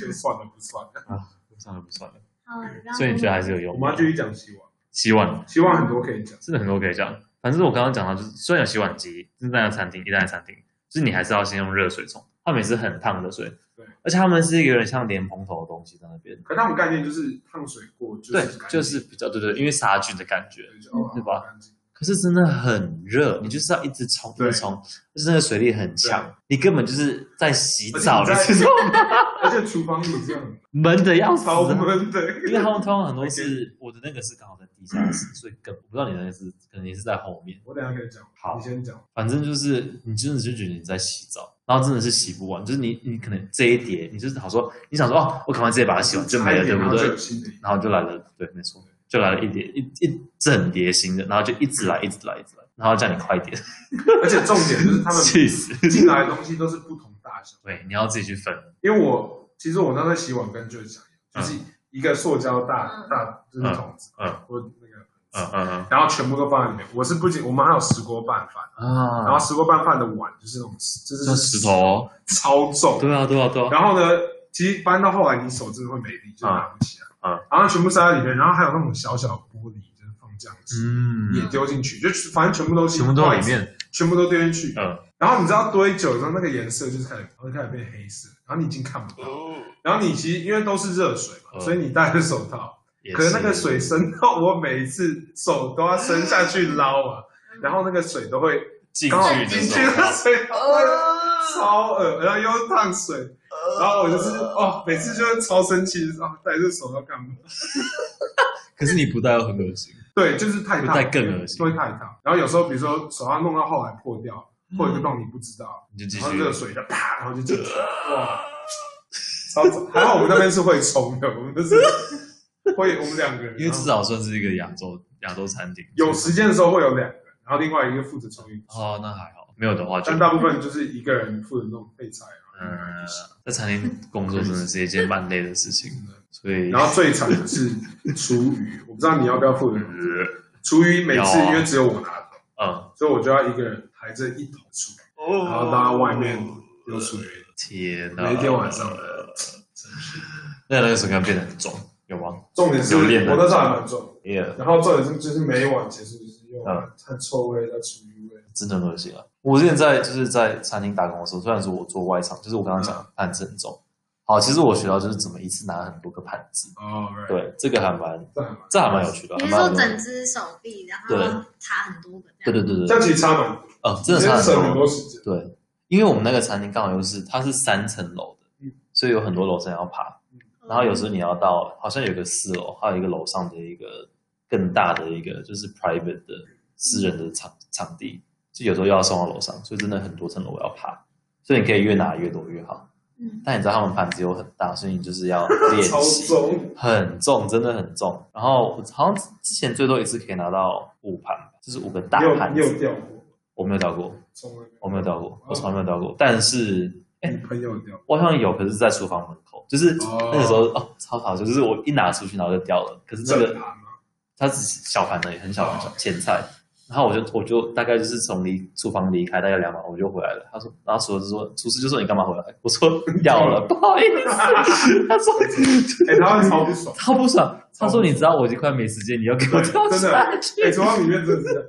D: 就算了不算了。
C: 算了不算了。
B: 好，你知道
C: 所以你觉得还是有
D: 我
C: 用？
D: 们要继续讲希望，
C: 洗碗
D: 希望很多可以讲。
C: 真的很多可以讲。反正我刚刚讲到，就是虽然有洗碗机，但是在餐厅一旦在餐厅，就是你还是要先用热水冲，他们也是很烫的水
D: 对，
C: 而且他们是一个有点像莲蓬头的东西在那边，
D: 可他们概念就是烫水过，就
C: 对
D: 是，干净
C: 就是比较对对，因为杀菌的感觉。
D: 就哦
C: 对吧
D: 好干净
C: 可是真的很热，你就是要一直冲，一
D: 对
C: 直冲，就是那个水力很强，你根本就是在洗澡的
D: 而且
C: 时
D: 你在
C: 候
D: 而且厨房里这样
C: 闷的要 死啊，
D: 超闷的，
C: 因为他们通常很多是我的那个是刚好在地下室，所以更我不知道你的那个是可能也是在后面。
D: 我等一下可以讲，
C: 好
D: 你先讲。
C: 反正就是你真的就觉得你在洗澡，然后真的是洗不完，就是你你可能这一碟，你就是好说，你想说哦，我赶快直接把它洗完就没了，对不
D: 然后就
C: 对
D: 有？新的
C: 然后就来了，对，没错，就来了一碟一一整碟新的，然后就一直来，一直来，一直来，然后叫你快一点，
D: 而且重点就是他 们
C: 气死！
D: 进来的东西都是不同大小，
C: 对，你要自己去分，
D: 因为我其实我那时候洗碗跟就是想，就是一个塑胶大
B: 嗯
D: 大就是种子，
C: 嗯
D: 或那个
C: 嗯嗯
D: 然后全部都放在里面。我是不仅我们还有石锅拌饭，
C: 嗯啊，
D: 然后石锅拌饭的碗就是那种就是
C: 像石头，哦
D: 超重，
C: 对啊对啊对啊，
D: 然后呢，其实搬到后来你手真的会没力，就拿不起
C: 嗯
D: 来。然后全部塞在里面，然后还有那种小小的玻璃，就是放酱汁、也
C: 嗯，
D: 丢进去，就反正全部都是
A: 全部都在里，面，
D: 全部都丢进去。
C: 嗯
D: 然后你知道堆久了之后，那个颜色就是开始会开始变黑色，然后你已经看不到。然后你其实因为都是热水嘛，
C: 嗯
D: 所以你戴着手套，
C: 也
D: 可是那个
C: 是
D: 水深到我每一次手都要伸下去捞啊，然后那个水都会
C: 进
D: 刚好
C: 去
D: 进
C: 的
D: 去
C: 时候
D: 那，水 超恶，然后又是烫水，然后我就是哦，每次就会超生气，啊，戴着手要干嘛？
C: 可是你不戴又很恶 心，
D: 对，就是太烫，
C: 会戴更恶心
D: 会太烫。然后有时候比如说手要弄到后来破掉，或者一个洞你不知道，
C: 你就继
D: 然后
C: 续
D: 热水就 啪，然后就进去，哇，超还好我们那边是会冲的，我们就是会我们两个人，
C: 因为至少算是一个亚洲亚洲餐厅，
D: 有时间的时候会有两个，然后另外一个负责冲浴，
C: 哦，那还好，没有的话就
D: 但大部分就是一个人负责弄配菜啊。
C: 嗯，在餐厅工作真的是一件蛮累的事 情，所以
D: 然后最惨的是厨余，我不知道你要不要负责。
C: 嗯
D: 厨余每次
C: 要啊
D: 因为只有我拿走，
C: 嗯，
D: 所以我就要一个人抬着一桶厨余，然后到外面有厨
C: 哦
D: 余，
C: 天啊哪，
D: 每一天晚上。
C: 嗯那那个水感变得很重，有吗？
D: 重点是
C: 有
D: 我
C: 练的
D: 那时候还蛮重，
C: 也
D: 然后重点是就是每一晚结束就是用
C: 嗯
D: 汗臭味到厨余味，
C: 真的很恶心啊！我之前在就是在餐厅打工的时候，虽然说我做外场，就是我刚刚讲的盘子很重。好，其实我学到就是怎么一次拿很多个盘子，
D: 哦，
C: 对，这个还蛮
D: 这还蛮，
C: 这还蛮有趣的。
E: 你是
C: 还蛮
E: 说
C: 有
E: 整啊只手臂，然后
C: 对
E: 插很多个这
C: 对
E: 样？
C: 对对
D: 这
C: 对，
D: 样其实差蛮多，
C: 嗯，真的
D: 其
C: 差
D: 实省
C: 很
D: 很
C: 多。
D: 多时间。
C: 对，因为我们那个餐厅刚好又是它是三层楼的
D: 嗯，
C: 所以有很多楼层要爬。然后有时候你要到，好像有个四楼，还有一个楼上的一个更大的一个就是 private 的私人的场场地，就有时候又要送到楼上，所以真的很多层楼要爬，所以你可以越拿越多越好。
E: 嗯，
C: 但你知道他们盘子又很大，所以你就是 要练
D: 超
C: 习，
D: 重，
C: 很重，真的很重。然后我好像之前最多一次可以拿到五盘，就是五个大
D: 你有
C: 盘
D: 你有
C: 子，
D: 掉过，
C: 我没有掉过，
D: 从来没有
C: 我没有掉过，我从来没有掉过。但是
D: 你朋友有掉过，
C: 我好像有，可是在厨房门口，就是
D: 哦
C: 那个时候哦超好，就是我一拿出去然后就掉了。可是那
D: 正
C: 个
D: 常啊哦吗？
C: 它只是小盘的，也很小盘小前菜，然后我就我就大概就是从离厨房离开大概两秒，我就回来了。他说，然后厨师就说厨师就说你干嘛回来？我 说掉了，不好意思。他说
D: 哎、欸，他会超不爽。
C: 超不爽，他说你知道我已经快没时间，你要给我
D: 对
C: 掉
D: 真的
C: 下
D: 哎、欸，
C: 去。
D: 厨房里面真的是这样，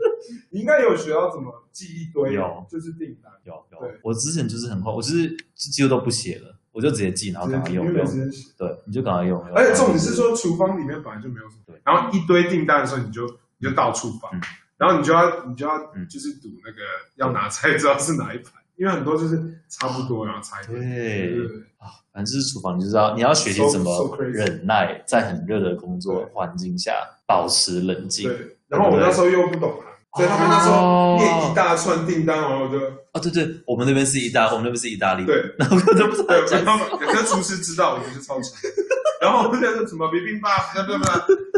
D: 你应该有学到怎么记一堆，
C: 有
D: 就是订单，
C: 有有
D: 对，
C: 我之前就是很快，我就是几乎都不写了，我就直接记，然后
D: 直
C: 赶快
D: 接
C: 用
D: 因为
C: 用
D: 没。时间写。
C: 对，你就赶快用用。
D: 而且重点是说，厨房里面本来就没有什么
C: 嗯对，
D: 然后一堆订单的时候，你就你就到处放，
C: 嗯
D: 然后你就要你就要
C: 嗯
D: 就是赌那个要拿菜，知道是哪一盘，因为很多就是差不多，然后差一点。
C: 对。
D: 对对
C: 反正就是厨房，你就知道你要学习
D: So-
C: 怎
D: so
C: 么
D: crazy
C: 忍耐，在很热的工作环境下保持冷静。
D: 对，然后我那时候又不懂啊，所以他们那时候念一大串订单，然 后我就
C: 哦，对对，我们那边是意大，我们那边是意大利，
D: 对，
C: 然后我就不知道
D: 对，
C: 讲
D: 然后可是厨师知道，我就是超强。 然后我就在说什么 b 冰吧，不不不，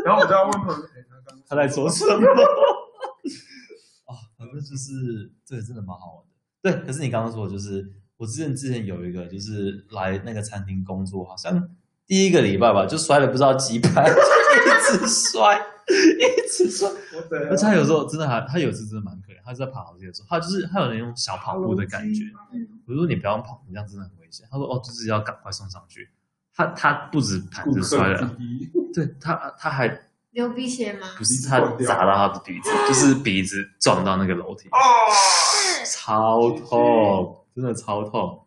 D: 然后我就要问朋友，哎，他刚
C: 他在说什么。 哦，反正就是这个真的蛮好玩的。对，可是你刚刚说的就是，我之前之前有一个就是来那个餐厅工作，好像第一个礼拜吧，就摔了不知道几盘，就一直摔， 一直摔。
D: 我等
C: 而且他有时候真的还，他有时真的蛮可怜，他在爬楼梯的时候，他就是他有那种小跑步的感觉。我说你不要跑，你这样真的很危险。他说哦，就是要赶快送上去。他他不止盘
D: 顾
C: 子摔
D: 客
C: 了，
D: 第一，
C: 对他他还
E: 流鼻血吗？
C: 不是他砸到他的鼻子，就是鼻子撞到那个楼梯，
D: 哦，
E: 是
C: 超痛，真的超痛。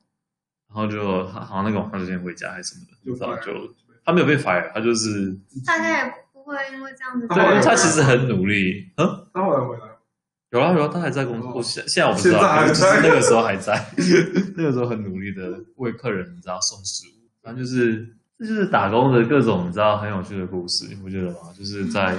C: 然后就他好像那个晚上就先回家还是什么的，
D: 就
C: 然后
D: 反
C: 就他没有被 fire，他就是
E: 大家也不会因为这样子
D: 对
C: 对，因为他
D: 才
C: 其实很努力，嗯。
D: 他后来回来，
C: 有啊有啊，他还在工作。
D: 哦
C: 我现现在我不知道，
D: 现在还在
C: 就是那个时候还 在，那个时候很努力的为客人你知道送食物，反正就是这就是打工的各种你知道很有趣的故事，你不觉得吗？就是在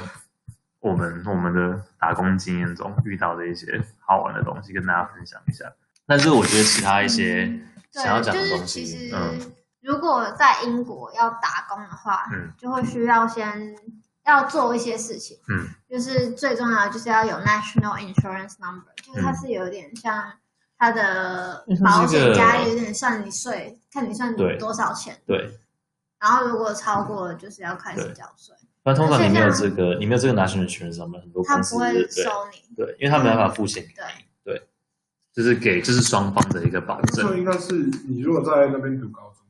C: 我们我们的打工经验中遇到的一些好玩的东西，跟大家分享一下。但是我觉得其他一些想要
B: 嗯对，
C: 讲
B: 就
C: 的
B: 是
C: 东
B: 其
C: 西
B: 实。
C: 嗯，
B: 如果在英国要打工的话，
C: 嗯
B: 就会需要先要做一些事情，
C: 嗯，
B: 就是最重要的就是要有 national insurance number，就是它
C: 嗯
B: 是有点像它的
C: 因为它
B: 保
C: 是一个
B: 险加有点算你税，看你算
C: 对
B: 你多少钱，
C: 对。
B: 然后如果超过了就是要开始
C: 对
B: 缴税，
C: 不然通常
B: 可是
C: 你没有这
B: 这
C: 个，你没有这个 national insurance 上面很多
B: 他
C: 公司
B: 不会
C: 对
B: 收你，
C: 对，因为他没办法付钱，
B: 对。
C: 就是给就是双方的一个保
D: 那时候
C: 证。
D: 应该是你如果在那边读高中，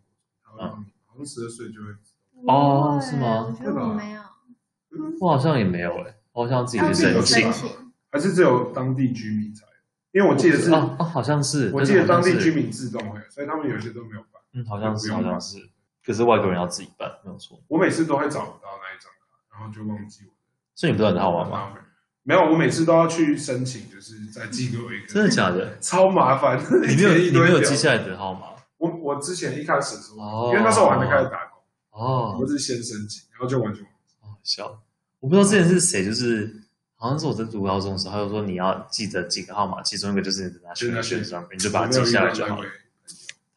D: 然
C: 啊
D: 后你好像十二岁就会，
C: 哦是吗
B: 我觉得我没有，
C: 我好像也没有哎、我好像自己
B: 要
C: 去
B: 自己
C: 申请
B: 申
D: 申
B: 请。
D: 还是只有当地居民才有？因为我记得是，
C: 哦哦，好像是，
D: 我
C: 但是
D: 记得
C: 好像
D: 当地
C: 是
D: 居，民自动会有，所以他们有一些都没有办。
C: 嗯，好像是，
D: 不
C: 好
D: 用
C: 像是，可是外国人要自己办，没有错。
D: 我每次都会找不到那一张卡，然后就忘记我
C: 所以你不知道你
D: 的
C: 好玩吗？？
D: 没有，我每次都要去申请，就是再寄给我一个，
C: 真的假的？
D: 超麻烦。
C: 你没有，
D: 一
C: 你
D: 堆
C: 没有
D: 表
C: 记下来的号码
D: 我我之前一开始的时
C: 哦
D: 候，因为那时候我还没开始打工，
C: 哦
D: 我，是先申请，然后就完全忘记。
C: 好笑。我不知道之前是谁，就是好像是我在读高中的时候，他就说你要记得几个号码，其中一个就是你的 national
D: 对
C: insurance number，你就
D: 我
C: 把它
D: 没
C: 记
D: 有遇
C: 下
D: 到
C: 来就
D: 那
C: 好
D: 位
C: 了。，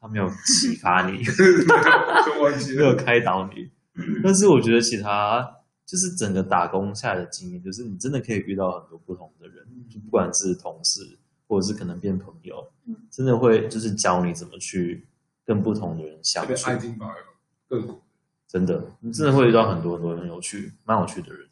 C: 他没有启发你。
D: 就忘 记
C: 没有
D: 了。
C: 开导你。
B: 嗯
C: 但是我觉得其他就是整个打工下来的经验，就是你真的可以遇到很多不同的人，就不管是同事或者是可能变朋友，
B: 嗯
C: 真的会就是教你怎么去跟不同的人相
D: 特 别
C: 处
D: 爱。丁堡有各国，
C: 真的，你真的会遇到很多很多很有趣、蛮有趣的人，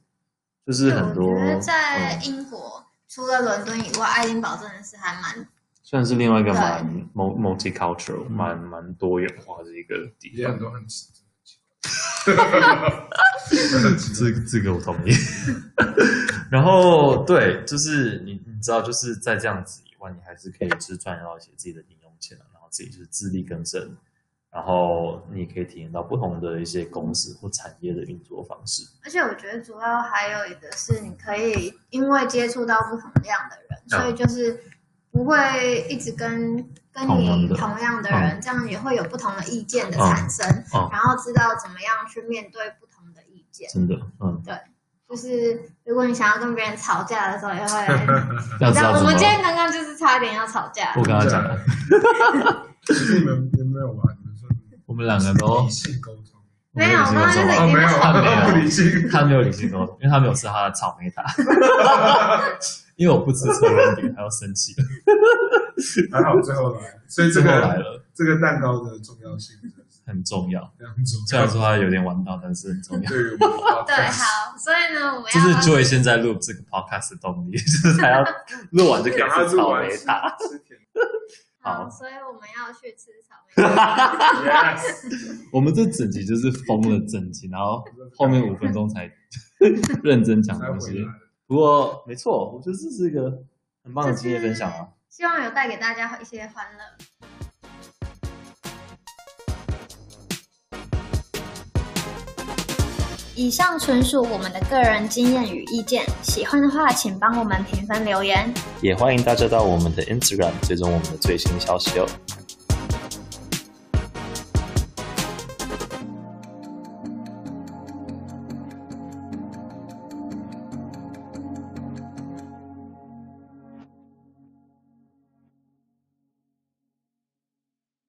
C: 就是很多。
B: 我觉得在
C: 嗯，
B: 英国，除了伦敦以外，爱丁堡真的是还蛮
C: 虽然是另外一个蛮 mul- multicultural、蛮蛮多元化的一个地
D: 也
C: 方
D: 很。多很奇
C: 这这个我同意。 然后对，就是你你知道，就是在这样子以外，你还是可以就是赚到一些自己的零用钱啊然后自己就是自力更生，然后你可以体验到不同的一些公司或产业的运作方式。
B: 而且我觉得主要还有一个是，你可以因为接触到不同样的
C: 嗯
B: 人，所以就是不会一直跟跟
C: 同样
B: 你
C: 的
B: 同样的人，这样也会有不同的意见的产生，
C: 嗯
B: 然后知道怎么样去面对不同的意见。
C: 真的，嗯，
B: 就是如果你想要跟别人吵架的时候，也 会。
C: 要
B: 你
C: 知
B: 知
C: 道
B: 道，我
C: 怎么哦
B: 们。今天刚刚就是差一点要吵架
C: 我。跟他讲，
D: 可是你们有没有玩？你们说
C: 我们两个都
D: 理性沟通？
B: 没有，我刚刚就是
C: 我
B: 已经
D: 没有
B: 吵
C: 没有
B: 了。
D: 不理 性。
C: 哦他没有理性沟哦通，因为他没有吃他的草莓塔，因为我不吃车轮饼，他要生气了。
D: 还好最后来，所以
C: 最后
D: 这
C: 来
D: 个
C: 了，
D: 这个蛋糕的重要性真的是
C: 很重要。
D: 非常重
C: 虽然
D: 要。
C: 说他有点玩到，但是很重要。
D: 对于我们的
B: 对，
D: podcast
B: 好，所以呢，我们
C: 这
B: 要
C: 是 Joy 现在录这个 podcast 的动力， 就是他要录完就 给
D: 赶快
C: 自己
D: 录
C: 草
D: 完
C: 莓
D: 吃
C: 打。
D: 吃甜
C: 好
B: 好，所以我们要去吃草 莓。
D: 点 Yes
C: 我们这整集就是疯了整集，然后后面五分钟才认真讲
D: 才
C: 东
D: 回
C: 西
D: 来。。
C: 不过没错，我觉得这是一个很棒的经验分享啊。
B: 希望有带给大家一些欢乐。以上纯属我们的个人经验与意见，喜欢的话请帮我们评分留言。
C: 也欢迎大家到我们的 Instagram 追踪我们的最新消息哦。